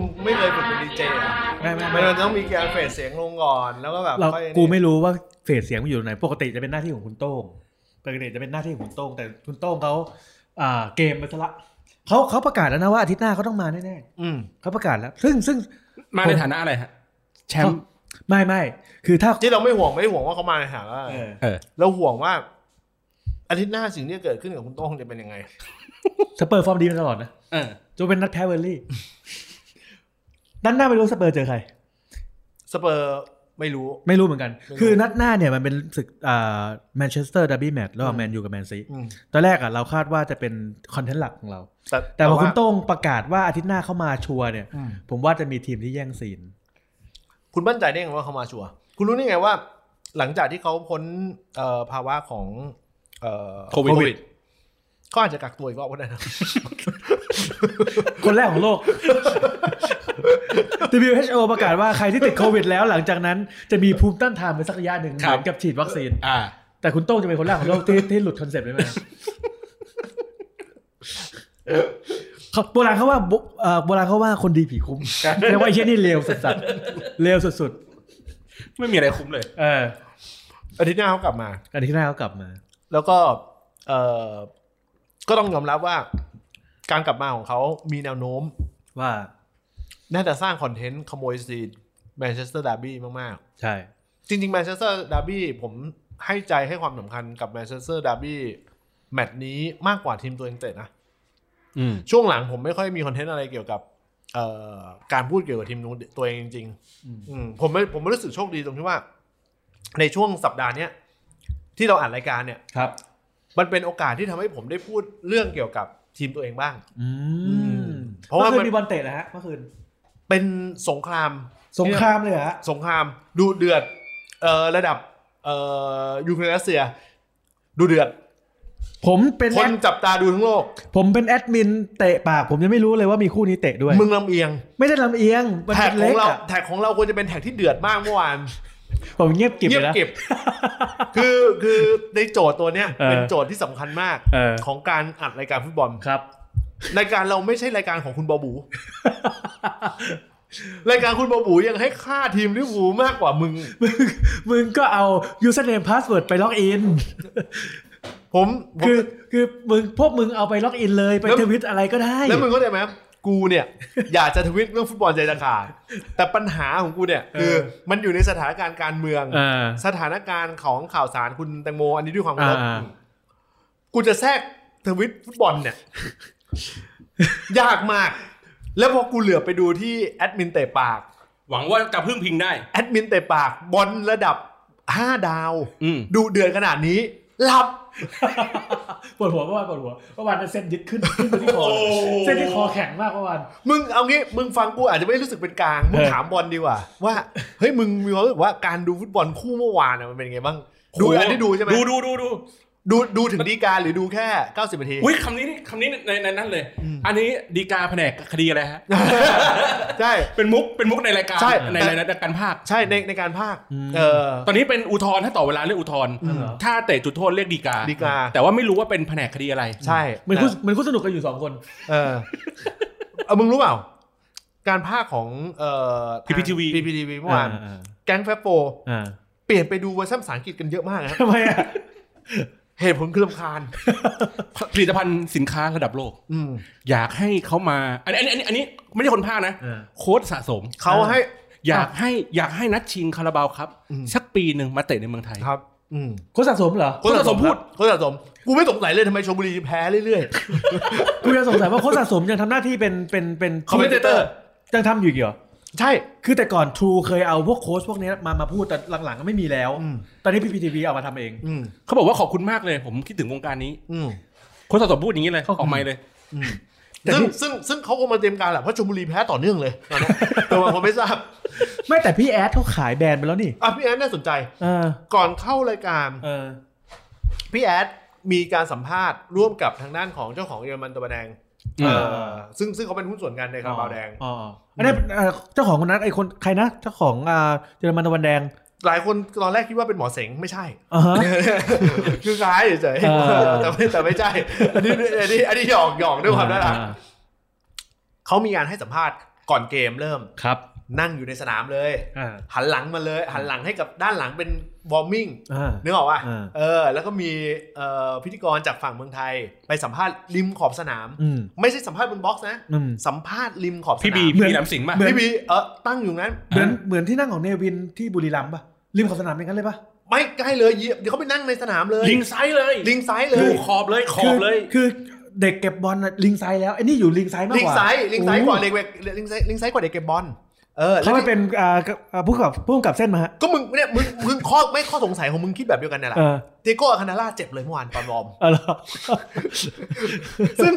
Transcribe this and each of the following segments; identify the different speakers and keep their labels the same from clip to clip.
Speaker 1: ดีเจ
Speaker 2: ไม่ไม่
Speaker 1: มั
Speaker 2: ไม่
Speaker 1: นต้องมีการเฟดเสียงลงก่อนแล้วก็แบบ
Speaker 2: เรา
Speaker 1: ค่อยนี่
Speaker 2: กูไม่รู้ว่าเฟสเสียงมันอยู่ไหน ปกติจะเป็นหน้าที่ของคุณโต้งปกติจะเป็นหน้าที่ของคุณโต้งแต่คุณโต้งเขาอ่าเกมไปซะละเขาเขาประกาศแล้วนะว่าอาทิตย์หน้าเขาต้องมาแน่
Speaker 3: อืม
Speaker 2: ๆเขาประกาศแล้ว ซึ่งซึ่ง
Speaker 3: มาในฐานะอะไรฮะแชมป์
Speaker 2: ไม่ไม่คือถ้า
Speaker 1: ที่เราไม่ห่วงไม่ห่วงว่าเขามาในฐานะ
Speaker 2: เอ
Speaker 1: อะไร
Speaker 2: อ
Speaker 3: เออ
Speaker 1: เราห่วงว่าอาทิตย์หน้าสิ่งที่จะเกิดขึ้นกับคุณโต้งจะเป็นยังไง
Speaker 2: สเปอร์ฟอร์มดีมาตลอดนะ
Speaker 3: เออ
Speaker 2: จนเป็นนัดแพ้เวอร์ลี่นัดหน้าไม่รู้สเปอร์เจอใคร
Speaker 1: สเปอร์ไม่รู้
Speaker 2: ไม่รู้เหมือนกัน
Speaker 1: ไม่รู้
Speaker 2: คือนัดหน้าเนี่ยมันเป็นศึกอ่าแมนเชสเตอร์ดับบี้แมตช์ระหว่างแมนยูกับแมนซี
Speaker 1: อืม
Speaker 2: ตอนแรกอ่ะเราคาดว่าจะเป็นคอนเทนต์หลักของเรา
Speaker 1: แต่
Speaker 2: แต่พอ
Speaker 1: ว่า
Speaker 2: คุณโต้งประกาศว่าอาทิตย์หน้าเข้ามาชัวร์เนี่ย
Speaker 1: อืม
Speaker 2: ผมว่าจะมีทีมที่แย่งซีน
Speaker 1: คุณมั่นใจได้ไงว่าเขามาชัวร์คุณรู้ได้ไงว่า หลังจากที่เขาพ้นเอ่อภาวะของเอ่อ
Speaker 3: โควิด
Speaker 1: เขาอาจจะกักตัวอีกรอบก็ได้นะ
Speaker 2: คนแรกของโลก WHO ประกาศว่าใครที่ติดโควิดแล้วหลังจากนั้นจะมีภูมิต้านทานไปสักระยะหนึ่ง
Speaker 3: ค
Speaker 2: เห
Speaker 3: รั
Speaker 2: มื
Speaker 3: บ
Speaker 2: อนกับฉีดวัคซีน
Speaker 3: อ่า
Speaker 2: แต่คุณโต้งจะเป็นคนแรกของโลกที่ที่หลุดคอนเซ็ปต์ไปไหมเขาโบราณเขาว่าโบเอ่อโบราณเขาว่าคนดีผีคุ้มแต่ว่าไอ้เช่นนี่เลวสัสๆเลวสุด
Speaker 3: ไม่มีอะไรคุ้มเลย
Speaker 2: ๆ เออ
Speaker 1: อาทิตย์หน้าเขากลับมา
Speaker 2: อันที่หน้าเขากลับมา
Speaker 1: แล้วก็เอ่อก็ต้องยอมรับว่า การกลับมาของเขามีแนวโน้ม
Speaker 2: ว่า
Speaker 1: น่าจะสร้างคอนเทนต์ขโมยซีนแมนเชสเตอร์ดาร์บี้มาก
Speaker 2: ใช่
Speaker 1: ๆ จริงๆแมนเชสเตอร์ดาร์บี้ผมให้ใจให้ความสำคัญกับแมนเชสเตอร์ดาร์บี้แมตช์นี้มากกว่าทีมตัวเองเตะนะ
Speaker 3: อืม
Speaker 1: ช่วงหลังผมไม่ค่อยมีคอนเทนต์อะไรเกี่ยวกับเอ่อการพูดเกี่ยวกับทีมนู้นตัวเองจริงๆอืมผมไม่ผมรู้สึกโชคดีตรงที่ว่า ในช่วงสัปดาห์เนี้ยที่เราอ่านรายการเนี่ย
Speaker 2: ครับ
Speaker 1: มันเป็นโอกาสที่ทำให้ผมได้พูดเรื่องเกี่ยวกับทีมตัวเองบ้าง
Speaker 2: อืม
Speaker 1: เพราะว่ามัน
Speaker 2: เมื่อคืนมีบอลเตะนะฮะเมื่อคืน
Speaker 1: เป็นสงคราม
Speaker 2: สงครามเลยเหรอฮะ
Speaker 1: สงครามดูเดือดเอ่อระดับเอ่อยูเครนรัสเซีย ดูเดือด
Speaker 2: ผมเป็น
Speaker 1: ค
Speaker 2: แอน ด
Speaker 1: จับตาดูทั้งโลก
Speaker 2: ผมเป็นแอดมินเตะปาก ผมยังไม่รู้เลยว่ามีคู่นี้เตะด้วย
Speaker 1: มึงลำเอียง
Speaker 2: ไม่ได้ลำเอียงมัน
Speaker 1: แท็ก
Speaker 2: เป็
Speaker 1: ข
Speaker 2: นเล็
Speaker 1: อง
Speaker 2: ก
Speaker 1: เรา
Speaker 2: อะ
Speaker 1: แท็กของเราควรจะเป็นแท็กที่เดือดมากเมื่อวาน
Speaker 2: ผมเงียบกริบ
Speaker 1: เงี
Speaker 2: เล
Speaker 1: บ
Speaker 2: ยนะ
Speaker 1: เก็บ คือคือในโจทย์ตัวเนี้ย
Speaker 2: เออ
Speaker 1: เป็นโจทย์ที่สำคัญมาก
Speaker 2: เออ
Speaker 1: ของการอัดรายการฟุตบอล
Speaker 2: ครับ
Speaker 1: รายการเราไม่ใช่รายการของคุณบอบู รายการคุณบอบูยังให้ค่าทีมลิเวอร์พูลมากกว่ามึง
Speaker 2: มึงมึงก็เอา username password ไปล็อกอิน
Speaker 1: ผมผม
Speaker 2: คือคือมึงพวกมึงเอาไปล็อกอินเลยไป
Speaker 1: แล้ว
Speaker 2: ทวิตอะไรก็ได้
Speaker 1: แล้วมึงเข้าใจไหมกูเนี่ย อยากจะทวิตเรื่องฟุตบอลใจจะขาดแต่ปัญหาของกูเนี่ยคือ
Speaker 2: เออ
Speaker 1: มันอยู่ในสถานการณ์การเมือง
Speaker 2: เอ่า
Speaker 1: สถานการณ์ของข่าวสารคุณแตงโม อันนี้ด้วยความเคารพ
Speaker 2: อ่า
Speaker 1: กูจะแทรกทวิตฟุตบอลเนี่ย ยากมาก แล้วพอกูเหลือบไปดูที่แอดมินเตะปาก
Speaker 3: หวังว่าจะพึ่งพิงได้
Speaker 1: แอดมินเตะปากบอลระดับห้าดาว
Speaker 3: อืม
Speaker 1: ดูเดือดขนาดนี้หลับ
Speaker 2: ปวดหัวเมื่อวานปวดหัวเมื่อวานเส้นยึดขึ้นขึ้นไปที่คอ
Speaker 3: โอ้
Speaker 2: เส้นที่คอแข็งมากเมื่อวาน
Speaker 1: มึงเอางี้มึงฟังกูอาจจะไม่รู้สึกเป็นกลางมึง
Speaker 2: เออ
Speaker 1: ถามบอลดีกว่า ว่าเฮ้ยมึงมีความรู้สึกว่าการดูฟุตบอลคู่เมื่อวานน่ะมันเป็นยังไงบ้างดูอันที่ดูใช่ไหม
Speaker 3: ดูดูดูดู
Speaker 1: ดูดูถึงดีกาหรือดูแค่ 90นาที
Speaker 3: อุ้ยคำนี้นี่คำนี้ในในนั้นเลย อันนี้ดีกาแผนกคดีอะไรฮะ
Speaker 1: ใช่
Speaker 3: เป็นมุกเป็นมุกในรายการ
Speaker 1: ใช่
Speaker 3: ในในในการภาค
Speaker 1: ใช่ในในการภาค
Speaker 2: อืม
Speaker 1: เออ
Speaker 3: ตอนนี้เป็นอุทธรณ์ถ้าต่อเวลาเรียกอุทธรณ์
Speaker 1: อืม
Speaker 3: ถ้าเตะจุดโทษเรียกดีกา
Speaker 1: ดีกา
Speaker 3: แต่ว่าไม่รู้ว่าเป็นแผนกคดีอะไร
Speaker 1: ใช่
Speaker 2: เหมือนคู่เหมือนคู่สนุกกันอยู่สองคน
Speaker 1: เออเอามึงรู้เปล่า การภาคของเอ่อ
Speaker 3: PPTV
Speaker 1: พีพีทีวีเมื่อวาน
Speaker 2: อ่า
Speaker 1: แก๊งแฟบโป
Speaker 2: อ่า
Speaker 1: เปลี่ยนไปดูเวอร์ชันภาษาอังกฤษกันเยอะมากนะ
Speaker 2: ทำไมอ่ะ
Speaker 1: เหตุผลคือลำคาญ
Speaker 3: ผลิตภัณฑ์สินค้าระดับโลก
Speaker 1: อืม
Speaker 3: อยากให้เขามาอันนี้อันนี้อันนี้ไม่ใช่คนภาคนะ
Speaker 2: อ่า
Speaker 3: โค้ดสะสม
Speaker 1: เขาให้
Speaker 3: อยากให้อยากให้นัดชิงคาราบาวครับ
Speaker 1: อืม
Speaker 3: สักปีหนึ่งมาเตะในเมืองไทย
Speaker 1: ครับ อืม
Speaker 2: โค้ชสะสมเหรอ
Speaker 3: โค้ชสะสมพูด
Speaker 1: โค้ชสะสม กูไม่สงสัยเลยทำไมชลบุรีแพ้เรื่อย
Speaker 2: กูยังสงสัยว่าโค้ชสะสมยังทำหน้าที่เป็นเป็นเป็น
Speaker 1: commentator
Speaker 2: ยังทำอยู่อีกเหรอ
Speaker 1: ๆ ใช่
Speaker 2: คือแต่ก่อนทรูเคยเอาพวกโค้ชพวกเนี้ยมามาพูดแต่หลังๆก็ไม่มีแล้ว
Speaker 1: อืม
Speaker 2: ตอนนี้พีพีทีวีเอามาทำเอง
Speaker 1: อืม
Speaker 3: เขาบอกว่าขอบคุณมากเลย ผมคิดถึงวงการนี้
Speaker 1: อืม
Speaker 3: โค้ชสะสมพูดอย่างนี้เลย
Speaker 2: ขอบคุณ
Speaker 3: ออกไมค์เลย
Speaker 1: อืม
Speaker 2: แต่
Speaker 1: ซึ่ง
Speaker 2: พี่
Speaker 1: ซึ่งซึ่งเขาคงมาเตรียมการแหละ เพราะชลบุรีแพ้ต่อเนื่องเลยตอนนั้นแต่ว่าผมไม่ทราบ
Speaker 2: ไม่แต่พี่แอดเขาขายแบรนด์ไปแล้วนี่
Speaker 1: อ่ะพี่แอดน่าสนใจ
Speaker 2: เออ
Speaker 1: ก่อนเข้ารายการ
Speaker 2: เออ
Speaker 1: พี่แอดมีการสัมภาษณ์ร่วมกับทางด้านของเจ้าของเยอรมันตะวันแดง
Speaker 3: อืม
Speaker 1: เออซึ่งซึ่งเขาเป็นหุ้นส่วนกันในคาราบาวแดง
Speaker 2: อ๋ออ๋ออันนี้เอ่อเจ้าของคนนั้นไอคนใครนะเจ้าของอ่าเยอรมันตะวันแดง
Speaker 1: หลายคนตอนแรกคิดว่าเป็นหมอเสง ไม่ใช่
Speaker 2: อ่าฮะ
Speaker 1: คือคล้ายเฉย
Speaker 2: เออ
Speaker 1: ๆแต่ไม่แต่ไม่ใช่ อันนี้อันนี้อันนี้หยอกหยอกด้วยความน่ารัก เขามีการให้สัมภาษณ์ ก่อนเกมเริ่ม
Speaker 2: ครับ
Speaker 1: นั่งอยู่ในสนามเลย
Speaker 2: อ่า
Speaker 1: หันหลังมาเลย หันหลังให้กับด้านหลังเป็นวอร์มิ่ง
Speaker 2: อ่า
Speaker 1: นึกออกป่ะ
Speaker 2: อ่า
Speaker 1: เออ แล้วก็มีเอ่อพิธีกรจากฝั่งเมืองไทย ไปสัมภาษณ์ริมขอบสนาม
Speaker 2: อืม
Speaker 1: ไม่ใช่สัมภาษณ์บนบ็อกซ์นะ
Speaker 2: อืม
Speaker 1: สัมภาษณ์ริมขอบสนาม
Speaker 3: พี่บี
Speaker 2: เหมือน
Speaker 3: พี่บีหลำสิงห์ป่ะ
Speaker 2: เหมือน
Speaker 1: พี่บีเออตั้งอยู่นั้น
Speaker 2: เหมือน
Speaker 3: อ่า
Speaker 2: เหมือนที่นั่งของเนวินที่บุรีรัมย์ป่ะริมขอบสนามเป็นกันเลยป่ะ
Speaker 1: ไม่ใกล้เลยเยี่ยมเดี๋ยวเขาไปนั่งในสนามเลย
Speaker 3: ลิงไซด์เลย
Speaker 1: ลิงไซด์เล
Speaker 3: ดู
Speaker 1: ย
Speaker 3: ขอบเลยขอ
Speaker 2: คื
Speaker 3: บเลย
Speaker 2: คือเด็กเก็บบอลน่ะลิงไซด์แล้วไอ้นี่อยู่ลิงไซด์มาก
Speaker 1: ลิง
Speaker 2: กว่า
Speaker 1: ไซด์ลิงไซด์กว่า
Speaker 2: โอ้โห
Speaker 1: เด็กเวกลิงไซด์ลิงไซด์กว่าเด็กเก็บบอลเออแล้
Speaker 2: เขา
Speaker 1: ว
Speaker 2: ไม่
Speaker 1: ที่
Speaker 2: เป็นอ่ากับอ่าผู้กำกับผู้กำกับเส้นมาฮะ
Speaker 1: ก็มึงเนี่ยมึงมึงข้อไม่ข้อสงสัยของมึงคิดแบบเดียวกันเนี่ยแหละ
Speaker 2: เออ
Speaker 1: เตโก้อาคานาล่าเจ็บเลยเมื่อวานตอนวอร์ม
Speaker 2: เออเหรอ
Speaker 1: ซึ่ง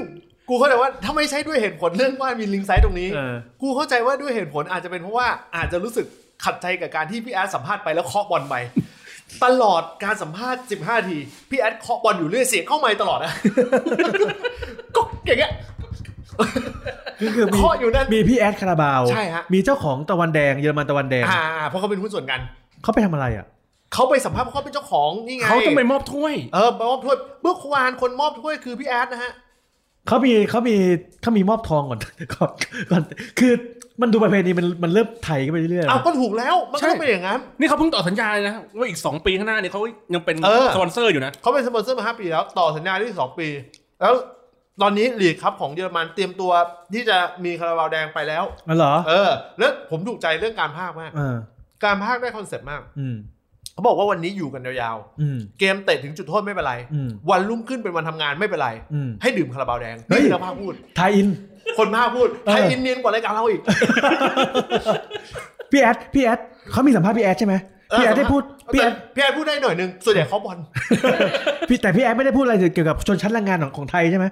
Speaker 1: กูเข้าใจว่าถ้าไม่ใช่ด้วยเหตุผลเรื่องว่ามีลิงไซด์ตรงนี้
Speaker 2: เออ
Speaker 1: กูเข้าใจว่าด้วยเหตุผลอาจจะเป็นเพราะว่าอาจจะรู้สึกขัดใจกับการที่พี่แอดสัมภาษณ์ไปแล้วเคาะบอลไป ตลอดการสัมภาษณ์ 15 ที พี่แอดเคาะบอลอยู่เรื่อยเสียงเข้าไมค์ตลอดนะ ก็อย่างเงี้ย
Speaker 2: คือคือมี
Speaker 1: เคาะอยู่นั่น
Speaker 2: มีพี่แอดคาราบาว
Speaker 1: ใช่ฮะ
Speaker 2: มีเจ้าของตะวันแดงเยอรมันตะวันแดง
Speaker 1: อ่าเพราะเขาเป็นหุ้นส่วนกัน
Speaker 2: เขาไปทำอะไรอ่ะ
Speaker 1: เขาไปสัมภาษณ์เพราะเขาเป็นเจ้าของนี่ไง
Speaker 3: เขาต้องไปมอบถ้วย
Speaker 1: เออมอบถ้วยเมื่อวานคนมอบถ้วยคือพี่แอดนะฮะ
Speaker 2: เขามีเขามีเขามีมอบทองก่อน ก่อนก่อนคือมันดูประเพณีมันมันเริ่มไทยกันไปเรื่อยๆ
Speaker 1: เอา
Speaker 2: นะ
Speaker 1: ก็ถูกแล้วมันก็ต้อง
Speaker 3: ใช่
Speaker 1: เป็นอย่างนั้น
Speaker 3: นี่เขาเพิ่งต่อสัญญาเลยนะว่าอีก 2 ปีข้างหน้าเนี่ยเขายังเป็น
Speaker 1: เออ
Speaker 3: สปอนเซอร์อยู่นะ
Speaker 1: เขาเป็นสปอนเซอร์มาห้าปีแล้ว ต่อสัญญาได้สองปี แล้วตอนนี้ลีกครับของเยอรมันเตรียมตัวที่จะมีคาราบาวแดงไปแล้ว
Speaker 2: อ๋อเหรอ
Speaker 1: เออ แล้วผมถูกใจเรื่องการพากย์มาก
Speaker 2: เออ
Speaker 1: การพากย์ได้คอนเซ็ปต์มาก
Speaker 2: อืม
Speaker 1: เขาบอกว่าวันนี้อยู่กันยาว
Speaker 2: อืม
Speaker 1: ๆ เกมเตะถึงจุดโทษไม่เป็นไร
Speaker 2: อืม
Speaker 1: วันรุ่งขึ้นเป็นวันทำงานไม่เป็นไร
Speaker 2: อืม
Speaker 1: ให้ดื่มคาราบาวแดง
Speaker 2: เฮ้ย
Speaker 1: นี่นักพากย์พูด
Speaker 2: ไทยอิน
Speaker 1: คนพากย์พูด
Speaker 2: เออ
Speaker 1: ไทยอินเนียนกว่ารายการเราอีก
Speaker 2: พี่แอดพี่แอดเขามีสัมภาษณ์พี่แอดใช่ไหม
Speaker 1: เออ
Speaker 2: พี่แอดได้พูดพี่แอ
Speaker 1: แต่
Speaker 2: ด
Speaker 1: พี่แอดพูดได้หน่อยนึงส่วนใหญ่เขาบอล
Speaker 2: พี่แต่พี่แอดไม่ได้พูดอะไรเกี่ยวกับชนชั้นแรงงานของของไทยใช่ไหม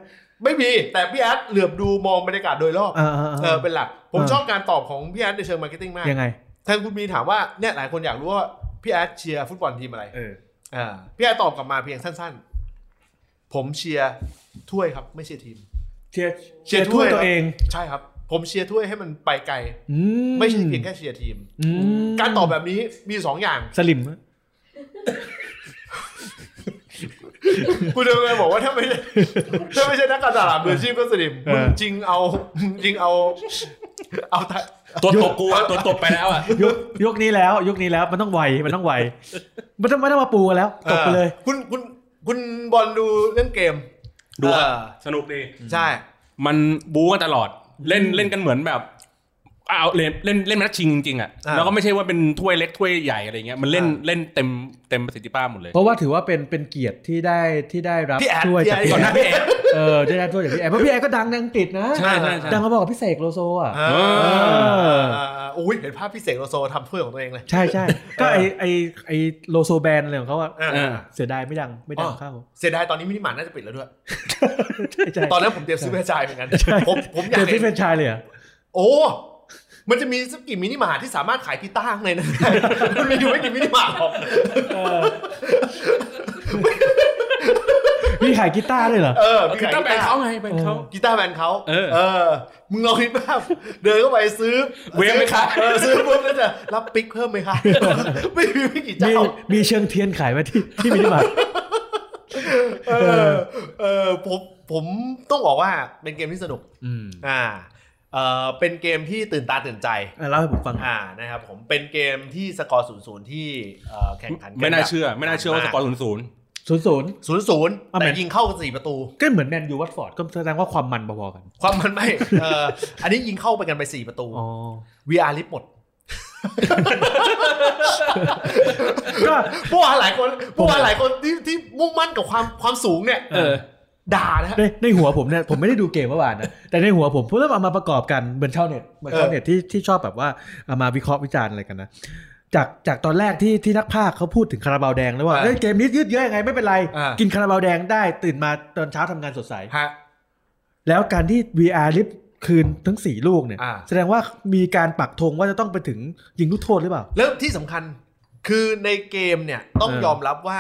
Speaker 1: ไม่มี แต่พี่แอดเหลือบดูมองบรรยากาศโดยรอบ
Speaker 2: เออเออ
Speaker 1: เอ
Speaker 2: เอ
Speaker 1: อ
Speaker 2: อ
Speaker 1: เป็นหลัก ผม
Speaker 2: เออ
Speaker 1: ชอบการตอบของพี่แอดในเชิงมาร์เก็ตติ้งมาก
Speaker 2: ยังไง
Speaker 1: แทนคุณมีนถามว่าเนี่ยหลายคนอยากรู้ว่าพี่แอดเชียร์ฟุตบอลทีมอะไร
Speaker 2: เออ
Speaker 1: อ่าพี่แอดตอบกลับมาเพียงสั้นๆ ผมเชียร์ถ้วยครับ ไม่เชียร์ทีม
Speaker 2: เชียร์
Speaker 1: เชี
Speaker 2: เชี
Speaker 1: ย
Speaker 2: ย
Speaker 1: ร์
Speaker 2: ร์ถ้วย
Speaker 1: ถ้วย
Speaker 2: ตัวเอง
Speaker 1: ใช่ครับ ผมเชียร์ถ้วยให้มันไปไกล
Speaker 2: อื
Speaker 1: ไม่ใช่เพียงแค่เชียร์ทีม
Speaker 2: อืม
Speaker 1: การตอบแบบนี้มีสองอย่าง
Speaker 2: สลิม
Speaker 1: คุณจะไปบอกว่าถ้าไม่ ใช่ถ้าไม่ใช่นักการตลาดมืออาชีพก็สนิมมึงจริงเอามึงจริงเอาเอาไทย
Speaker 3: ตัวตบกูอะตัวตบไปแล้วอ่ะ
Speaker 2: ยุคยุคนี้แล้ว ยุคนี้แล้วมันต้องไวมัน ต้องไวมันต้องไม่ต้องมาปูกันแล้วตบไปเลย
Speaker 1: ออคุณคุณคุณบอลดูเรื่องเกม
Speaker 3: ดูอะ
Speaker 1: เออ
Speaker 3: สนุกดี
Speaker 1: ใช่
Speaker 3: มันบู๊กันตลอดเล่นเล่นกันเหมือนแบบเอาเล่นเล่นเล่นแมตช์ชิงจริงๆอ่ะ
Speaker 1: อ่า
Speaker 3: แล้วก็ไม่ใช่ว่าเป็นถ้วยเล็กถ้วยใหญ่อะไรเงี้ยมันเล่น
Speaker 1: อ่า
Speaker 3: เล่นเต็มเต็มประสิทธิภาพหมดเลย
Speaker 2: เพราะว่าถือว่าเป็นเป็นเกียรติที่ได้ที่ได้รับ
Speaker 1: พี่แอด
Speaker 2: ช่วยจาก
Speaker 1: พี่
Speaker 2: พี่
Speaker 1: แอ
Speaker 2: แอ
Speaker 1: ด
Speaker 2: ดเออได้รับช่วยจากพี่แอดเพราะพี่แอดก็ดังในอังกฤษนะ
Speaker 3: ใช่ใช่ใช่
Speaker 2: ดังมาบอกกับพี่เสกโลโซอ่ะ
Speaker 1: อ่า
Speaker 2: อ
Speaker 1: โอ้ยเห็นภาพพี่เสกโลโซทำถ้วยของตัวเองเลย
Speaker 2: ใช่ใช่ก็ไอไอไอโลโซแบรนด์อะไรของเขาอ่ะ
Speaker 1: เออ
Speaker 3: เออ
Speaker 2: เสียดายไม่ดังไม่ดังเข้า
Speaker 1: เสียดายตอนนี้มินิมาร์ทน่าจะปิดแล้วด้วย
Speaker 2: ใช่ใช่
Speaker 1: ตอนนั้นผมเตรียมซื้อแฟรนไชส์เหมือนกัน ผมผมอยา
Speaker 2: เจ
Speaker 1: ก
Speaker 2: อพี่
Speaker 1: เห็น
Speaker 2: แฟรนไชายเลยเหรอ่ะ
Speaker 1: โอ้ มันจะมีสักกี่มินิมาร์ทที่สามารถขายกีตาร์ข้างในนั้นได้ มันมีอยู่ไม่กี่มินิมาร์ทหรอก
Speaker 2: มีขายกีตาร์ด้วยเหรอ
Speaker 1: เออ
Speaker 3: คือตั้งแบนเขาไงแบนเขา
Speaker 1: กีตาร์แบรนด์เขา
Speaker 3: เออ
Speaker 1: เออ มึงลองคิดภาพเดินเข้าไปซื้อ
Speaker 3: เวฟไหมคะ
Speaker 1: เออซื้อปุ๊บแล้วจะรับปิ๊กเพิ่มไหมคะ ไม่มีไม่กี่
Speaker 2: มี
Speaker 1: เจ้า
Speaker 2: มีเชิงเทียนขายไหมาที่ที่มินิมาร์ท
Speaker 1: เอ
Speaker 2: เอ
Speaker 1: อ
Speaker 2: อ
Speaker 1: เออผมผมต้องบอกว่าเป็นเกมที่สนุก
Speaker 2: อืม
Speaker 1: อ่าเออเป็นเกมที่ตื่นตาตื่นใจ
Speaker 2: อ่ะเล่าให้ผมฟังหน่อย
Speaker 1: อ่านะครับผมเป็นเกมที่สกอร์ศูนย์ศูนย์ที่เอ่อแข่งขันกั
Speaker 3: ไม่น่าเชื่อ ไม่น่าเชื่อว่าสกอร์ศูนย์ศูนย์
Speaker 2: ศูนย์ศูนย์
Speaker 1: ศูนย์ศูนย์
Speaker 2: อ่ะ
Speaker 1: แต่
Speaker 2: แมน
Speaker 1: ยิงเข้ากันสี่ประตู
Speaker 2: ก็เหมือนแมนยูวัตฟอร์ดก็แสดงว่าความมันพอๆกัน
Speaker 1: ความมันไม่เอ่ออันนี้ยิงเข้าไปกันไปสี่ประตู
Speaker 2: อ๋อ
Speaker 1: VR ลิฟต์หมด
Speaker 2: ก็
Speaker 1: พวกเราหลายคนพวกเราหลายคนที่ที่มุ่งมั่นกับความความสูงเนี่ย
Speaker 3: เออ
Speaker 1: ด่านะฮะ
Speaker 2: ในในหัวผมเนี่ยผมไม่ได้ดูเกมเมื่อวานนะแต่ในหัวผมเพิ่งเอามาประกอบกันเหมือนชาวเน็ตเหมือน
Speaker 1: เออ
Speaker 2: ชาวเน็ตที่ที่ชอบแบบว่าเอามาวิเคราะห์วิจารณ์อะไรกันนะจากจากตอนแรกที่ที่นักภาคเขาพูดถึงคาราบาวแดงแล้วว่า
Speaker 1: อ่า
Speaker 2: เฮ้ยเกมนี้ยืดเยอะยังไงไม่เป็นไร
Speaker 1: อ่ากิ
Speaker 2: กินคาราบาวแดงได้ตื่นมาตอนเช้าทำงานสดใส
Speaker 1: ฮะ
Speaker 2: แล้วการที่ VR ลิฟต์คืนทั้ง 4 ลูกเนี่ย
Speaker 1: อ่า
Speaker 2: แสดงว่ามีการปักธงว่าจะต้องไปถึงยิงลูกโทษหรือเปล่า
Speaker 1: แล้วที่สำคัญคือในเกมเนี่ยต้อง
Speaker 2: เออย
Speaker 1: อมรับว่า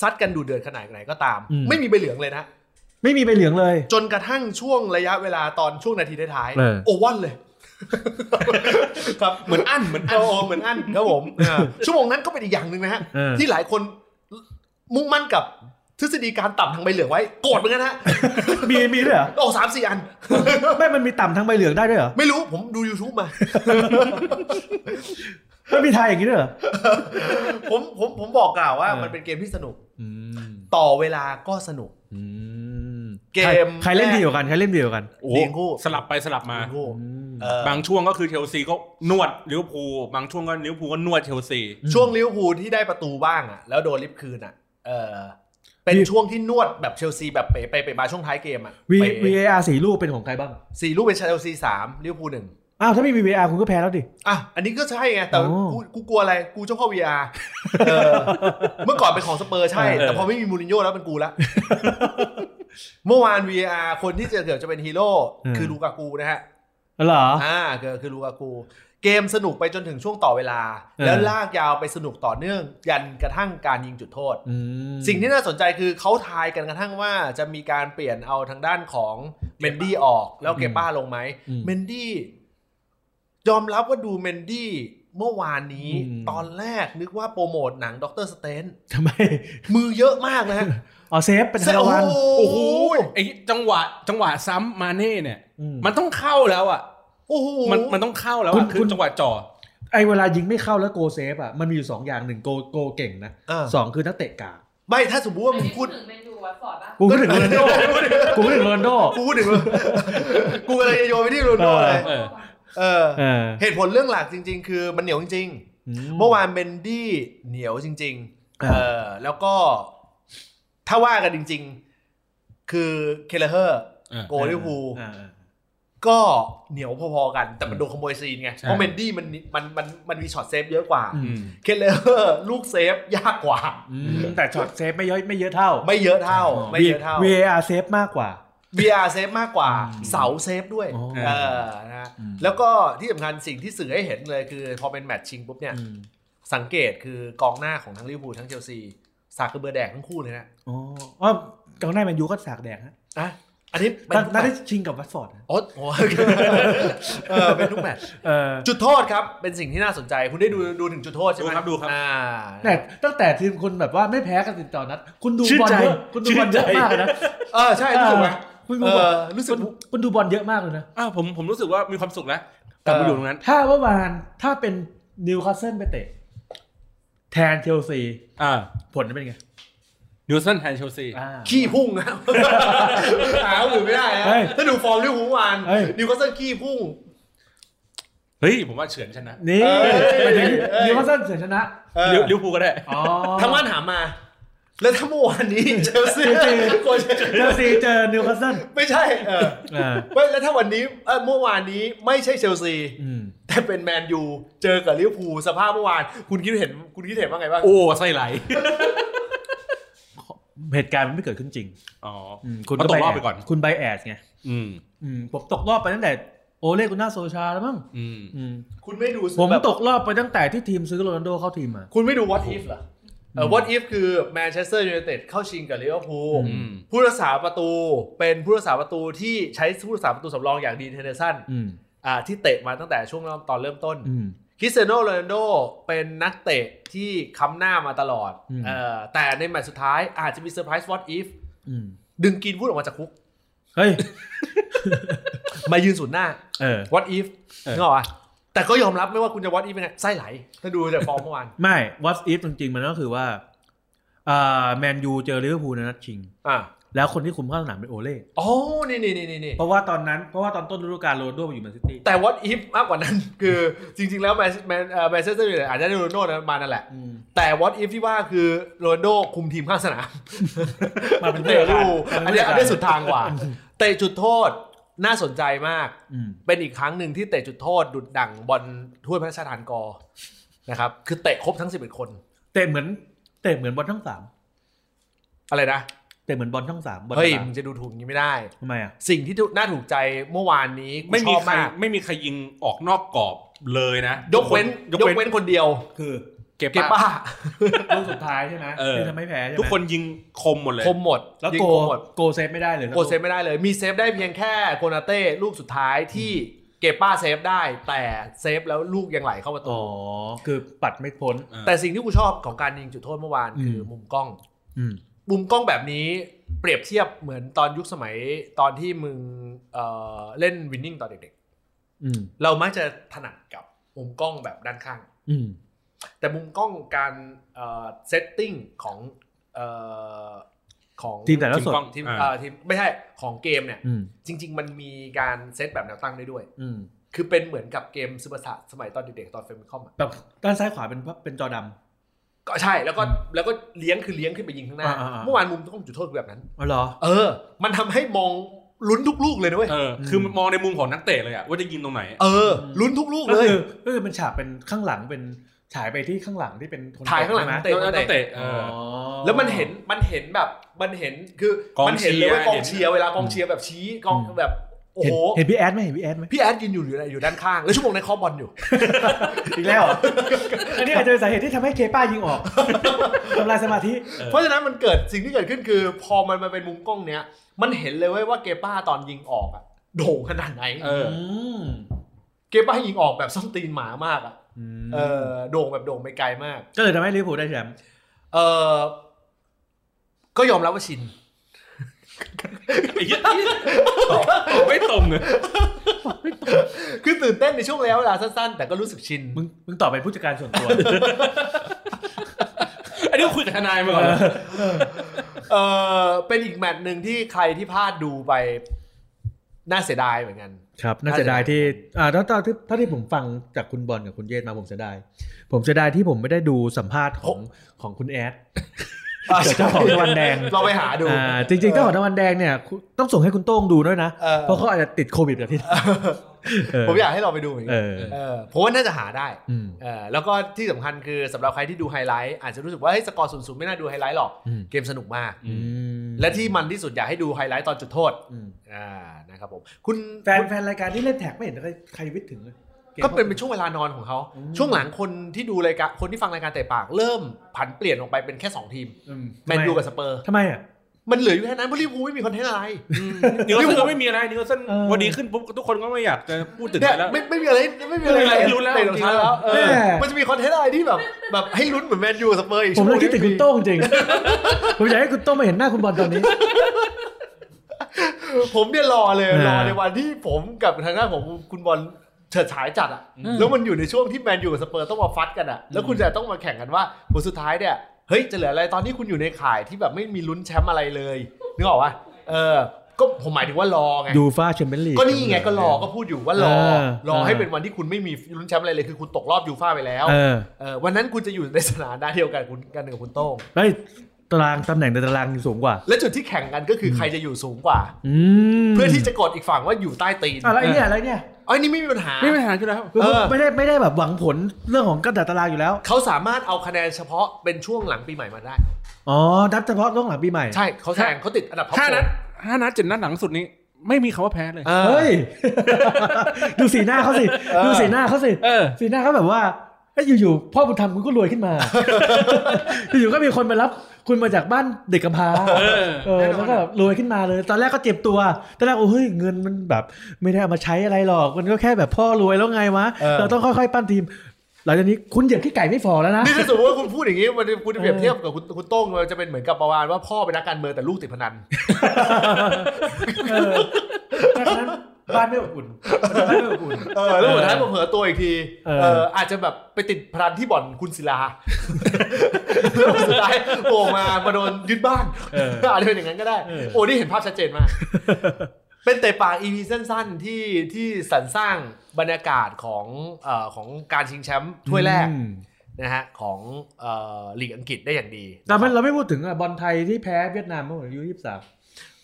Speaker 1: ซัดกันดูเดือดขนาดไหนก็ตาม
Speaker 2: อืม
Speaker 1: ไม่มีใบเหลืองเลยนะ
Speaker 2: ไม่มีใบเหลืองเลย
Speaker 1: จนกระทั่งช่วงระยะเวลาตอนช่วงนาทีท้ายๆ
Speaker 2: เออ
Speaker 1: โอวัน เลย ครับ
Speaker 3: เหมือนอั้นเหมือน
Speaker 1: เออโอเหมือนอั นครับผมเออชั่วโมงนั้นก็เป็นอีกอย่างหนึ่งนะฮะ
Speaker 2: เออ
Speaker 1: ที่หลายคนมุ่งมั่นกับ ทฤษฎีการต่ำทางใบเหลืองไว้โกรธเหมือนกันฮะ
Speaker 2: มีมีด้วยเหรอ
Speaker 1: ออกสามสี่อัน
Speaker 2: ไม่มันมีต่ำทั้งใบเหลืองได้ด้วยเหรอ
Speaker 1: ไม่รู้ผมดู YouTube มา
Speaker 2: ไม่มีไทยอย่างนี้ด้วยเหรอ
Speaker 1: ผมผมผมบอกกล่าวว่า
Speaker 2: เออ
Speaker 1: มันเป็นเกมที่สนุก
Speaker 2: อืม
Speaker 1: ต่อเวลาก็สนุก
Speaker 2: อืม
Speaker 1: เกม
Speaker 2: ใครใครเล่น
Speaker 1: แรก
Speaker 2: ดีกว่ากันใครเล่นดีกว่ากัน
Speaker 3: โอ้
Speaker 1: เลี้ยงคู่
Speaker 3: สลับไปสลับมา
Speaker 1: โอ้โห
Speaker 2: อืม
Speaker 1: เออบ
Speaker 3: างช่วงก็คือเชลซีก็นวดลิเวอร์พูลบางช่วงก็ลิเวอร์พูลก็นวดเชลซี
Speaker 1: ช่วงลิเวอร์พูลที่ได้ประตูบ้างอ่ะ แล้วโดนลิฟต์คืนอ่ะ เออเป็น
Speaker 2: มี
Speaker 1: ช่วงที่นวดแบบเชลซีแบบเป๋ไปเป๋มาช่วงท้ายเกมอ่ะ
Speaker 2: วี
Speaker 1: เป๋
Speaker 2: วีอาร์สี่ลูกเป็นของใครบ้าง
Speaker 1: สี่ลูกเป็นเชลซีสามลิเวอร์พูลหนึ่ง
Speaker 2: อ้าวถ้าไม่มีวีอาร์คุณก็แพ้แล้วดิ
Speaker 1: อ่ะอันนี้ก็ใช่ไงแต่
Speaker 2: โอ้
Speaker 1: กูกูกลัวอะไรกูเจ้าพ่อ VR เอ อเมื่อก่อนเป็นของสเปอร์ใช่
Speaker 2: เออ
Speaker 1: แต่พอไม่มีมูรินโญ่แล้วเป็นกูละ เมื่อวาน VR คนที่จะเกือบจะเป็นฮีโร่คือลูกากูนะฮะ
Speaker 2: เหรอ
Speaker 1: อ่าคือคือลูกากู เกมสนุกไปจนถึงช่วงต่อเวลา
Speaker 2: เออ
Speaker 1: แล้วลากยาวไปสนุกต่อเนื่อง ยันกระทั่งการยิงจุดโทษ
Speaker 2: อืม
Speaker 1: สิ่งที่น่าสนใจคือเขาทายกันกระทั่งว่าจะมีการเปลี่ยนเอาทางด้านของเมนดี้ออกแล้วเกป้าลงไหม
Speaker 2: อืม
Speaker 1: เมนดี้ยอมรับว่าดูเมนดี้เมื่อวานนี้
Speaker 2: อืม
Speaker 1: ตอนแรกนึกว่าโปรโมทหนังด็อกเตอร์สเตน
Speaker 2: ทำไม
Speaker 1: มือเยอะมากนะฮะ
Speaker 2: อ๋อ เซฟเป็นธนวัน
Speaker 1: โอ้
Speaker 3: โอ้
Speaker 1: โห
Speaker 3: โหไอ้จังหวะจังหวะซ้ำมาเน่เนี่ย
Speaker 2: อืม
Speaker 3: มันต้องเข้าแล้วอ่ะ
Speaker 1: โอ้โห
Speaker 3: มันมันต้องเข้าแล้ว
Speaker 2: คุ
Speaker 3: อ่ะ
Speaker 2: ณ
Speaker 3: คื
Speaker 2: คุ
Speaker 3: อ
Speaker 2: ณ
Speaker 3: จังหวะจ่อ
Speaker 2: ไอเวลายิงไม่เข้าแล้วโกเซฟอ่ะมันมีอยู่สองอย่างหนึ่งโกโกเก่งนะ
Speaker 1: อ่า
Speaker 2: สองคือนักเตะกาก
Speaker 1: ไม่ถ้าสมมติว่ามึงพูด
Speaker 4: อันนี้คือหนึ่งเมนูวัดฟอร์ดป่ะ
Speaker 2: กูก็ถึงโรนลโด กูก็ถึงโรนลโด
Speaker 1: กูพูดถึง กูอะไรจะโยนไปที่โรนลโดเลย
Speaker 3: เออ
Speaker 1: เออ
Speaker 2: เออ
Speaker 1: เหตุผลเรื่องหลักจริง ๆ คือมันเหนียวจริง ๆ เมื่อวานเบนดี้เหนียวจริง ๆ เออ แล้วก็ถ้าว่ากันจริง ๆ คือเคเลเฮอร์
Speaker 3: เออ
Speaker 1: โกลิเวอร์พูล
Speaker 2: อ่าอ่า
Speaker 1: ก็เหนียวพอๆกัน แต่มันโดนขโมยซีนไง
Speaker 3: ใช่
Speaker 1: เพราะเบนดี้มันมันมันมันมีช็อตเซฟเยอะกว่า
Speaker 2: อื
Speaker 3: อืม
Speaker 1: เคเลเฮอร์ ลูกเซฟยากกว่า
Speaker 2: อืมแต่ช็อตเซฟไม่เยอะไม่เยอะเท่า
Speaker 1: ไม่เยอะเท่า ไม่เยอะเท่า
Speaker 2: วีอาร์เซฟมากกว่า
Speaker 1: VR เซฟมากกว่า
Speaker 2: อืม
Speaker 1: เสาเซฟด้วย
Speaker 2: อ๋อ
Speaker 1: เออนะฮะ
Speaker 2: อืม
Speaker 1: แล้วก็ที่สำคัญสิ่งที่สื่อให้เห็นเลยคือ พอเป็นแมตช์ชิงปุ๊บเนี่ย
Speaker 2: อืม
Speaker 1: สังเกตคือกองหน้าของทั้งลิเวอร์พูลทั้งเชลซีสากกระเบือแดกทั้งคู่เลยนะ
Speaker 2: อ๋ออ๋อกองหน้าแมนยูก็สากแดงฮะ
Speaker 1: นะอันนี้เป็น
Speaker 2: นัด
Speaker 1: ทุกแม
Speaker 2: นัดที่
Speaker 1: ตช์
Speaker 2: ชิงกับวัตฟอร์ดนะ
Speaker 1: โอ้โห เออเป็นทุกแมตช์
Speaker 2: เออ
Speaker 1: จุดโทษครับ เป็นสิ่งที่น่าสนใจคุณได้ดูดูถึงจุดโทษใช่ไหม
Speaker 3: ดูครับดูครับ
Speaker 1: อ่า
Speaker 2: แต่ตั้งแต่ทีมคุณแบบว่าไม่แพ้กันติดต่อนัด คุณดู
Speaker 3: ชื่น
Speaker 2: บอล
Speaker 3: ใจ
Speaker 2: เยอะคุณดูบอลเยอะ
Speaker 3: ชื่นใจ
Speaker 2: มากเลยนะ
Speaker 1: เออใช่รู้สึกไหม
Speaker 2: คุณ
Speaker 1: เอ
Speaker 2: ดูบอล
Speaker 1: อรู้สึก
Speaker 2: คุณดูบอลเยอะมากเลยนะ
Speaker 3: อ้าวผมผมรู้สึกว่ามีความสุขแล้วกลับ
Speaker 1: เออ
Speaker 3: มาอ
Speaker 1: อ
Speaker 3: ยู่ตรงนั้น
Speaker 2: ถ้าเมื่อวานถ้าเป็นนิวคาสเซิลไปเตะ แทนเชลซี
Speaker 3: อ่า
Speaker 2: ผลจะเป็นไง
Speaker 3: นิวสันแทนเชลซี
Speaker 2: อ่า
Speaker 1: ขี้พุ่งนะ หาคนอื่นไม่ได้นะ
Speaker 2: เฮ้ย
Speaker 1: ถ้าดูฟอร์มลิเวอร์พูลเมื่อวาน
Speaker 2: เฮ้ย
Speaker 1: นิวคาสเซิลขี้พุ่ง
Speaker 3: เฮ้ยผมว่าเฉือนชนะ
Speaker 2: นี่
Speaker 1: เอ้ย
Speaker 2: ไปถึง
Speaker 1: เอ้ย
Speaker 2: นิวคาสเซิลเสียชนะ
Speaker 1: เออ
Speaker 3: ลิเวลิเวอร์พูลก็ได้
Speaker 2: อ๋อ
Speaker 1: ทางบ้านถามมา แล้วถ้าเมื่อวานนี้ เชลซี
Speaker 2: เชลซี
Speaker 1: โกรธเชลซี
Speaker 2: เชลซีเจอนิวคาสเซิล
Speaker 1: ไม่ใช่เออ
Speaker 2: อ่า
Speaker 1: ไม่แล้วถ้าวันนี้เอ่อเมื่อวานนี้ไม่ใช่เชลซี
Speaker 2: อืม
Speaker 1: แต่เป็นแมนยูเจอกับลิเวอร์พูลสภาพเมื่อวาน คุณคิดเห็นคุณคิดเห็นว่าไงบ้าง
Speaker 3: โอ้ไส้ไหล
Speaker 2: เหตุการณ์มันไม่เกิดขึ้นจริง
Speaker 3: อ๋อ
Speaker 2: คุณ
Speaker 3: ก็ตกรอบไป
Speaker 2: แส
Speaker 3: ก่อน
Speaker 2: คุณไบแอสไง
Speaker 3: อืม
Speaker 2: อืมผมตกรอบไปตั้งแต่โอเล่กุน่าโซชาแล้วมั้ง
Speaker 3: อืม
Speaker 2: อืม
Speaker 1: คุณไม่ดู
Speaker 2: ผม
Speaker 1: แบบ
Speaker 2: ตกรอบไปตั้งแต่ที่ทีมซื้อโรนัลโดเข้าทีมมา
Speaker 1: คุณไม่ดู what if เหรอเออ what if คือแมนเชสเตอร์ยูไนเต็ดเข้าชิงกับลิเวอร์พูล
Speaker 2: อื
Speaker 3: อืม
Speaker 1: ผู้รักษาประตูเป็นผู้รักษาประตูที่ใช้ผู้รักษาประตูสำรองอย่างดีนเทนเดอร์สัน
Speaker 2: อืม
Speaker 1: อ่าที่เตะมาตั้งแต่ช่วงเริ่มตอนเริ่มต้น
Speaker 2: อืม
Speaker 1: คริสเตียโนโรนัลโดเป็นนักเตะที่ค้ำหน้ามาตลอด
Speaker 2: อืม
Speaker 1: เออแต่ในแมตช์สุดท้ายอาจจะมีเซอร์ไพรส์ what if
Speaker 2: อืม
Speaker 1: ดึงกินพูดออกมาจากคุก
Speaker 2: เฮ้ย
Speaker 1: มายืนสูนย์หน้า
Speaker 2: เออ
Speaker 1: what if นึกออกปะแต่ก็ยอมรับไม่ว่าคุณจะ what if ยังไงไส้ไหล ถ้าดูจากฟอร์มเมื่อวาน
Speaker 2: ไม่ what if จริงๆ มันก็คือว่าอ่าแมนยูเจอลิเวอร์พูลในนัดชิง
Speaker 1: อ่ะ
Speaker 2: แล้วคนที่คุมเข้าสนามเป็นโอเล่
Speaker 1: อ๋อนี่นี่นี่นี่
Speaker 2: เพราะว่าตอนนั้นเพราะว่าตอนต้นฤดูกาลโรนัลโดไปอยู่แมนซิตี้
Speaker 1: แต่ what if มากกว่านั้น คือจริง ๆ แล้วแมนแมนเอ่อแมนเชสเตอร์ยูไนเต็ดอาจจะได้โรนัลโดนะมานั่นแหละ
Speaker 2: อืม
Speaker 1: แต่ what if ที่ว่าคือโรนัลโดคุมทีมข้างสนาม
Speaker 2: มาเป็น
Speaker 1: เตะลูก
Speaker 2: มา
Speaker 1: อัน
Speaker 2: เป็
Speaker 1: เนี้ยอันเนี้ยสุด
Speaker 2: เตะ
Speaker 1: ทางก ว่าเตะจุดโทษน่าสนใจมาก
Speaker 2: อืม
Speaker 1: เป็นอีกครั้งหนึ่งที่เตะจุดโทษดุดดั่งบอลถ้วยพระราชทานกอนะครับ คือเตะครบทั้ง 11 คน
Speaker 2: เตะเหมือนเตะเหมือนบอลทั้งสาม
Speaker 1: อะไรนะ
Speaker 2: เตะเหมือนบอลทั้งสามบอล
Speaker 1: เฮ้ย
Speaker 2: ทั้งสาม
Speaker 1: มึงจะดูถูกอย่างนี้ไม่ได้
Speaker 2: ทำไมอ่ะ
Speaker 1: สิ่งที่น่าถูกใจเมื่อวานนี้กู
Speaker 3: ไม่
Speaker 1: ช
Speaker 3: มี
Speaker 1: อบ
Speaker 3: ใคร
Speaker 1: มาก
Speaker 3: ไม่มีใครยิงออกนอกกรอบเลยนะ
Speaker 1: ยกเว้นย
Speaker 3: ย
Speaker 1: ก
Speaker 3: กเว้
Speaker 1: เว้
Speaker 3: น
Speaker 1: นคนเดียว
Speaker 2: คือ
Speaker 3: เก็บ
Speaker 1: เก็บ
Speaker 3: ป้า
Speaker 1: ป้า
Speaker 2: ลูกสุดท้ายใช่ไหม
Speaker 3: เออ
Speaker 2: ที่ทำให้แพ้ใช่ไหม
Speaker 3: ทุกคนยิงคมหมดเลย
Speaker 1: คมหมด
Speaker 2: แล้ว
Speaker 1: ยิง
Speaker 2: โก
Speaker 1: คมหมด
Speaker 2: โกเซฟไม่ได้เลย
Speaker 1: โกเซฟไม่ได้เลย มีเซฟได้เพียงแค่โกนาเต้ลูกสุดท้ายที่เก็บป้าเซฟได้ แต่เซฟแล้วลูกยังไหลเข้าประตู
Speaker 2: อ๋อคือปัดไม่พ้น
Speaker 1: แต่สิ่งที่กูชอบของการยิงจุดโทษเมื่อวานคืออ
Speaker 2: ม
Speaker 1: มุมกล้อง
Speaker 2: อืม
Speaker 1: มุมกล้องแบบนี้เปรียบเทียบเหมือนตอนยุคสมัยตอนที่มึงเอ่อเล่นวินนิ่งตอนเด็ก
Speaker 2: อืม
Speaker 1: ๆ เรามักจะถนัดกับมุมกล้องแบบด้านข้าง
Speaker 2: อืม
Speaker 1: แต่มุมกล้องการเซตติ้งของเอ่อของ
Speaker 2: ทีมแต่ละสด
Speaker 3: กล้อง
Speaker 1: ทีม
Speaker 3: อ่า
Speaker 1: เอ่อทีมไม่ใช่ของเกมเนี่ย
Speaker 2: อืม
Speaker 1: จริง ๆ มันมีการเซตแบบแนวตั้งได้ด้วย
Speaker 2: อืม
Speaker 1: คือเป็นเหมือนกับเกมซูเปอร์สสมัยตอนเด็กๆ ตอนเฟมิคอมอ่ะ
Speaker 2: แบบด้านซ้ายขวาเป็นเป็นจอดำ
Speaker 1: ก็ใช่แล้วก็แล้วก็เลี้ยงคือเลี้ยงขึ้นไปยิงข้างหน้า
Speaker 2: อ่าๆๆ
Speaker 1: เมื่อวานมุมกล้องจุดโทษคือแบบนั้น
Speaker 2: อ๋อเหรอ
Speaker 1: เออ มันทำให้มองลุ้นทุกลูกเลยนะเว้ย
Speaker 3: เออ คือมองในมุมของนักเตะเลยอะว่าจะยิงตรงไหน
Speaker 1: เออ
Speaker 2: ม
Speaker 1: ลุ้นทุกลูก
Speaker 2: ก็
Speaker 1: เลย
Speaker 2: คือก็คือเป็นฉากเป็นข้างหลังเป็นฉายไปที่ข้างหลังที่เป็นคน
Speaker 1: ถ่ายข้างหลัง
Speaker 2: ใช่ไม
Speaker 1: เตะ
Speaker 3: แล้วนักเตะเอ
Speaker 2: อ๋อ
Speaker 3: อ
Speaker 1: แล้วมันเห็นมันเห็นแบบมันเห็นคือก
Speaker 3: อง
Speaker 1: มัเห็นเลยว่าก
Speaker 3: เชีย
Speaker 1: องเชีย
Speaker 3: ร์
Speaker 1: ร์เวลากองเชียร์แบบชี้กองแบบโอ้
Speaker 2: เห็น
Speaker 1: โห
Speaker 2: เห็นพี่แอดไหมเห็นพี่แอดไหม
Speaker 1: พี่แอดยืนอยู่หรืออะไรอยู่ด้านข้าง แล้วชั่วโมงในนเคอบอลอยู่
Speaker 2: อีกแล้วเหรออันนี้อาจจะเป็นสาเหตุที่ทำให้เคป้ายิง ออกทำลายสมาธิ
Speaker 3: เออ
Speaker 1: เพราะฉะนั้นมันเกิดสิ่งที่เกิดขึ้นคือ พอมันมาเป็นมุมกล้องเนี้ย มันเห็นเลยเว้ยว่าเกป้าตอนยิงออกอะโด่งขนาดไหน
Speaker 3: เออ
Speaker 2: ม
Speaker 1: เกป้ายิงออกแบบส้นตีนหมามากอะเออโด่งแบบโด่งไปไกลมาก
Speaker 2: ก็เลยทำให้ลิเวอร์พูลได้แชมป์
Speaker 1: เออก็ยอมรับว่าชิน
Speaker 3: ไอ้เหี้ยตอบตอบ ไม่ตรงเลย
Speaker 1: คือตื่นเต้นในช่วงระยะเวลาสั้นๆ แต่ก็รู้สึกชิน
Speaker 2: มึงมึงตอบเป็นผู้จัดการส่วนตัว
Speaker 3: อันนี้คุยกับทนายมาก่อนเหรอ
Speaker 1: เออเป็นอีกแมตช์หนึ่งที่ใครที่พลาดดูไป น่าเสียดายเหมือนกัน
Speaker 2: ครับน่าเสียดายที่อ่าถ้าถ้าที่ถ้าที่ผมฟังจากคุณบอลกับคุณเยศมาผมเสียดาย ผมเสียดายที่ผมไม่ได้ดูสัมภาษณ์ของของคุณแอด เจ้าของตะวันแดง
Speaker 1: เราไปหาดู
Speaker 2: อ่าจริงๆเจ้าของตะวันแดงเนี่ยคุณต้องส่งให้คุณโต้งดูด้วยนะ
Speaker 1: เออ
Speaker 2: เพราะเขาอาจจะติดโควิดแบบที่เ
Speaker 1: ผมอยากให้เราไปดูเหมือน
Speaker 2: เอ
Speaker 1: กัน
Speaker 2: อ
Speaker 1: เออผมว่าน่าจะหาได้
Speaker 2: อืม
Speaker 1: เออแล้วก็ที่สำคัญคือสำหรับใครที่ดูไฮไลท์อาจจะรู้สึกว่าเฮ้ยสกอร์ศูนย์ศูนย์ไม่น่าดูไฮไลท์หรอก
Speaker 2: อืม
Speaker 1: เกมสนุกมาก
Speaker 3: อื
Speaker 2: อื
Speaker 3: ม
Speaker 2: ม
Speaker 1: และที่มันที่สุดอยากให้ดูไฮไลท์ตอนจุดโทษ
Speaker 2: อืม
Speaker 1: อ่านะครับผมคุณ
Speaker 2: แฟนแฟนรายการที่เล่นแท็กไม่เห็นใครใครวิทย์ถึงเลย
Speaker 1: ก็เป็นเป็นช่วงเวลานอนของเขา
Speaker 2: อืม
Speaker 1: ช่วงหลังคนที่ดูรายการคนที่ฟังรายการเตะปาก เริ่มผันเปลี่ยนออกไปเป็นแค่สองทีม
Speaker 2: อื
Speaker 1: แมนยูกับสเปอร์
Speaker 2: ทำไมอ่ะ
Speaker 1: มันเหลืออยู่แค่นั้นเพราะลิเวอร์พูลไม่มีคอนเทนต์อะไร
Speaker 3: นิวคาสเซิลไม่มีอะไรนิวคาสเซิล
Speaker 2: เออ
Speaker 3: วันนี้ขึ้นปุ๊บทุกคนก็ไม่อยากจะพูดถึง
Speaker 1: เนี่ย
Speaker 3: แล้ว
Speaker 1: ไม่ไม่มีอะไรไม่มีอะไร
Speaker 3: ไม่มีอะไรให้ลุ้นแล้ว
Speaker 1: เตะรองเท้าแล้วเออ
Speaker 2: แม่
Speaker 1: มันจะมีคอนเทนต์อะไรที่แบบแบบให้ลุ้นเหมือนแมนยูกับสเปอร์อีก
Speaker 2: ผ
Speaker 1: ชั่
Speaker 2: ม
Speaker 1: วโง
Speaker 2: เลยคิดถึงคุณ
Speaker 1: นี้
Speaker 2: โต้งจริง ผมอยากให้คุณโต้งมาเห็นหน้าคุณบอลตอน นี้
Speaker 1: ผมเนี่ยรอเลย
Speaker 2: อ่ารร
Speaker 1: อในวันที่ผมกับทางด้านของคุณบอลเฉิดฉายจัดอ่ะ
Speaker 3: อืม
Speaker 1: แล้วมันอยู่ในช่วงที่แมนยูกับสเปอร์ต้องมาฟัดกันอ่ะแล้วคุณจะต้องมาแข่งกันว่าผลสุดท้ายเนี่ยเฮ้ยจะเหลืออะไรตอนนี้คุณอยู่ในข่ายที่แบบไม่มีลุ้นแชมป์อะไรเลยนึกออกปะเออ ก็ผมหมายถึงว่ารอไง
Speaker 2: ยูฟ่าแชมเปี้ยนลีก
Speaker 1: ก็นี่ไงก็รอก็พูดอยู่ว่ารอ
Speaker 2: เออ
Speaker 1: รอให้เป็นวันที่คุณไม่มีลุ้นแชมป์อะไรเลยคือคุณตกรอบยูฟ่าไปแล้ว
Speaker 2: เออ
Speaker 1: เออวันนั้นคุณจะอยู่ในสถานะเดียวกันคุณกันกับคุณโต้ง
Speaker 2: ไอ้ยตารางตำแหน่งในตารางสูงกว่า
Speaker 1: และจุดที่แข่งกันก็คือใครจะอยู่สูงกว่า
Speaker 2: อืม
Speaker 1: เพื่อที่จะกดอีกฝั่งว่าอยู่ใต้ตีน
Speaker 2: อะไรเนี่ยอะไรเนี่ย
Speaker 1: อ๋อนี่ไม่มีปัญหา
Speaker 3: ไม่มีปัญหาอยู่แล้ว
Speaker 2: คือ
Speaker 1: เออ
Speaker 2: ไม่ได้ไม่ได้แบบหวังผลเรื่องของกระดาษตารางอยู่แล้ว
Speaker 1: เขาสามารถเอาคะแนนเฉพาะเป็นช่วงหลังปีใหม่มาได้
Speaker 2: อ๋อนับเฉพาะช่วงหลังปีใหม่
Speaker 1: ใช่เขาแซงเขาติดอันดับท็อป
Speaker 3: ห้านัด
Speaker 1: โฟร์
Speaker 3: ห้านัดเจ็ดนัดหลังสุดนี้ ไม่มีคำว่าแพ้เลย
Speaker 1: เออ
Speaker 2: เฮ้ย ดูสีหน้าเขาสิ ดูสีหน้าเขาสิ
Speaker 3: เออ
Speaker 2: สีหน้าเขาแบบว่าเอ้ยอยู่ๆพ่อบุญธรรมคุณก็รวยขึ้นมา อยู่ๆก็มีคนมารับ คุณมาจากบ้านเด็กกำพร้า
Speaker 3: เออ
Speaker 2: เออ
Speaker 1: แน่นอน
Speaker 2: แล้วก็แบบรวยขึ้นมาเลย ตอนแรกก็เจ็บตัว ตอนแรกโอ้เฮ้ยเงินมันแบบ ไม่ได้เอามาใช้อะไรหรอก มันก็แค่แบบพ่อรวยแล้วไงวะ
Speaker 1: เออ
Speaker 2: เราต้องค่อยๆ ปั้นทีม หลังจากนี้คุณเหยียบขี้ไก่ไม่ฟอแล้วนะ
Speaker 1: นี่ถ้าสมมติว่าคุณพูดอย่างนี้มันคุณจะเปรียบเทียบกับคุณคุณโต้งมันจะเป็นเหมือนกับประมาณว่าพ่อเป็นนักการเมืองแต่ลูกติดพนัน
Speaker 2: เออดังนั้นบ้านไม่อบอุ่นบ้านไม่อบอุ่น
Speaker 1: เออแล้วสุดท้ายมาเผลอตัวอีกที
Speaker 2: เออ
Speaker 1: เอออาจจะแบบไปติดพนันที่บ่อนคุณศิลา แล้วสุดท้ายโผล่มามาโดนยึดบ้าน
Speaker 2: เออ
Speaker 1: อาจจะเป็นอย่างนั้นก็ได้
Speaker 2: เออ
Speaker 1: โอ้นี่เห็นภาพชัดเจนมาก เป็นเตะปากอีพีสั้นๆที่ที่สรรสร้างบรรยากาศของเอ่อของการชิงแชมป์ถ้วยแรก
Speaker 2: อืม
Speaker 1: นะฮะของเอ่อลีกอังกฤษได้อย่างดี
Speaker 2: แต่มัน
Speaker 1: นะครับ
Speaker 2: เราไม่พูดถึงอ่ะบอลไทยที่แพ้เวียดนามเมื่อวันอายุยี่สิบสาม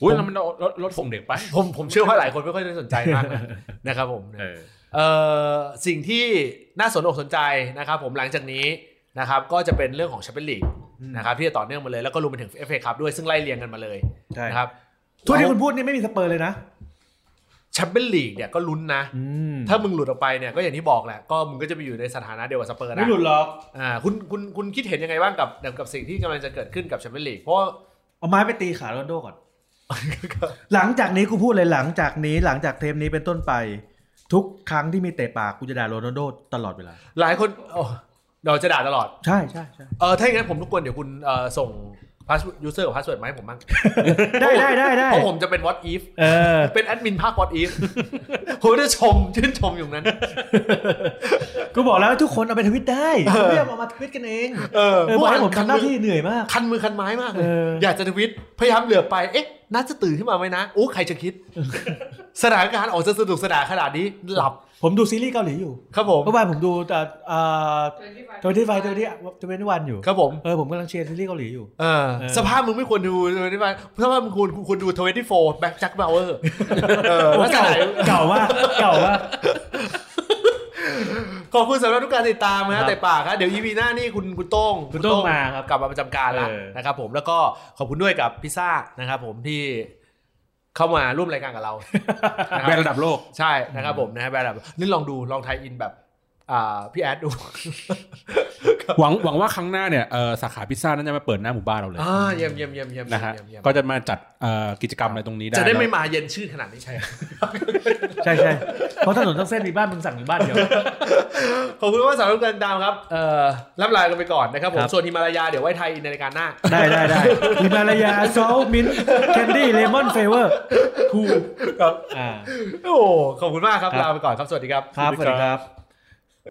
Speaker 3: อุ้ยแล้วมันเราเราเราส่งเด็กไป
Speaker 1: ผมผมเชื่อว่าหลายคนไม่ค่อยได้สนใจมากนะ นะครับผมนะเอ่อสิ่งที่น่าสนอกสนใจนะครับผมหลังจากนี้นะครับก็จะเป็นเรื่องของแชมเปี้ยนลีก
Speaker 2: อืม
Speaker 1: นะครับที่จะต่อเนื่องมาเลยแล้วก็รวมไปถึง FA ครับด้วยซึ่งไล่เรียงกันมาเลย
Speaker 2: ใช่
Speaker 1: นะครับ
Speaker 2: ทั่วที่คุณพูดนี่ไม่มีสเปอร์เลยนะ
Speaker 1: แชมเปี้ยนลีกเนี่ยก็ลุ้นนะ
Speaker 2: อืม
Speaker 1: ถ้ามึงหลุดออกไปเนี่ยก็อย่างที่บอกแหละก็มึงก็จะไปอยู่ในสถานะเดียวกับสเปอร์นะ
Speaker 2: ไม่หลุดหรอก
Speaker 1: อ่าคุณคุณคุณคิดเห็นยังไงบ้างกับกับสิ่งที่กำลังจะเกิดขึ้นกับแชมเปี้ยนลีกเพราะ
Speaker 2: เอาไม้ไปตีขาโรนลโดก่อน หลังจากนี้กูพูดเลยหลังจากนี้หลังจากเทปนี้เป็นต้นไป ทุกครั้งที่มีเตะปากกูจะด่าโรนัลโดตลอดเวลา
Speaker 1: หลายคนโอ้เราจะด่าตลอด
Speaker 2: ใช่ใช่ใช่
Speaker 1: เออถ้าอย่างนั้นผมทุกคนเดี๋ยวคุณเอ่อส่ง พาสยูเซอร์กับพาสเวิร์ดไหมาให้ผมบ้าง
Speaker 2: ได้ได้ได้ได้
Speaker 1: เพราะผมจะเป็น what if
Speaker 2: เออ
Speaker 1: เป็นแอดมินภาค what if ผมจะชมชื่นชมอยู่นั้น
Speaker 2: กูบอกแล้วทุกคนเอาไปทวิตได้
Speaker 1: เออ
Speaker 2: เรียกเอามาทวิตกันเอง
Speaker 1: เออ
Speaker 2: เออบอกให้ผมทำหน้าที่เหนื่อยมาก
Speaker 1: คันมือคันไม้มากเลย
Speaker 2: เอออ
Speaker 1: อยากจะทวิตพยายามเหลือบไปเอ๊ะน่าจะตื่นขึ้นมาไหมนะอู้ใครจะ คิด สถานการณ์ออกจะสนุกสนานขนาดนี้หลับ
Speaker 2: ผมดูซีรีส์เกาหลีอยู่
Speaker 1: ครับผม
Speaker 2: เมื่อวานผมดูแต่อ่าทวิตไฟทวิต
Speaker 4: เที่
Speaker 2: ทวิตวันอยู่
Speaker 1: ครับผม
Speaker 2: เออผมกำลังเชียร์ซีรีส์เกาหลีอยู่
Speaker 1: เออ
Speaker 2: เออ
Speaker 1: สภาพมึงไม่ควรดูเลยได้ไหมสภาพมึงควรควรดู 24 แบ็คแจ็คเบลเวอร์ลักษ
Speaker 2: เก่า
Speaker 1: ณะ
Speaker 2: เก่ามากเก่ามาก
Speaker 1: ขอบคุณสำหรับทุกการติดตามนะ
Speaker 2: ครั
Speaker 1: ฮะ
Speaker 2: บ
Speaker 1: แต่ปากครับเดี๋ยว EP หน้านี่คุณคุณโต้ง
Speaker 2: คุณโต้งมาครับ
Speaker 1: กลับมาประจำการแล้ว
Speaker 2: เออ
Speaker 1: นะครับผมแล้วก็ขอบคุณด้วยกับพิซซ่านะครับผมที่เข้ามาร่วมรายการกับเรานะค
Speaker 3: แบรน
Speaker 1: รับ
Speaker 3: ด์ระดับโลก
Speaker 1: ใช่นะครับผมนะฮะแบบนี่ลองดูลองไทยอินแบบอ่าพี่แอดดู
Speaker 3: หวังหวังว่าครั้งหน้าเนี่ยเอ่อสาขาพิซซ่านั้นจะมาเปิดหน้าหมู่บ้านเราเลย
Speaker 1: อ่าเยี่ยมเยี่ยมเยี่ยมเยี่ยม
Speaker 3: นะฮะ
Speaker 1: เยี่ยมเยี่ยม
Speaker 3: ก็จะมาจัดเอ่อกิจกรรมอะไรตรงนี้ได้
Speaker 1: จะได้
Speaker 3: แล้ว
Speaker 1: ไม่มาเย็นชื่นขนาดนี้ใช่
Speaker 2: ใช่ใช่เพราะถนนต้องเส้นมีบ้านมึงสั่งมีบ้านเดียว
Speaker 1: ขอบคุณว่าสำหรับการตามครับ เอ่อรับลากันไปก่อนนะครับผ
Speaker 2: ค
Speaker 1: ม
Speaker 2: รับ
Speaker 1: ส่วนฮิมาลายาเดี๋ยวไว้ไทยในรายการหน้า
Speaker 2: ได้ได้ได้มีมาลายาโซลมินแคนดี้เลมอนเฟเวอร์คูอ่า
Speaker 1: โอ้ ขอบคุณมากครับ ลาไปก่อนครับ สวัสดีครับ
Speaker 2: ครับสวัสดีครับ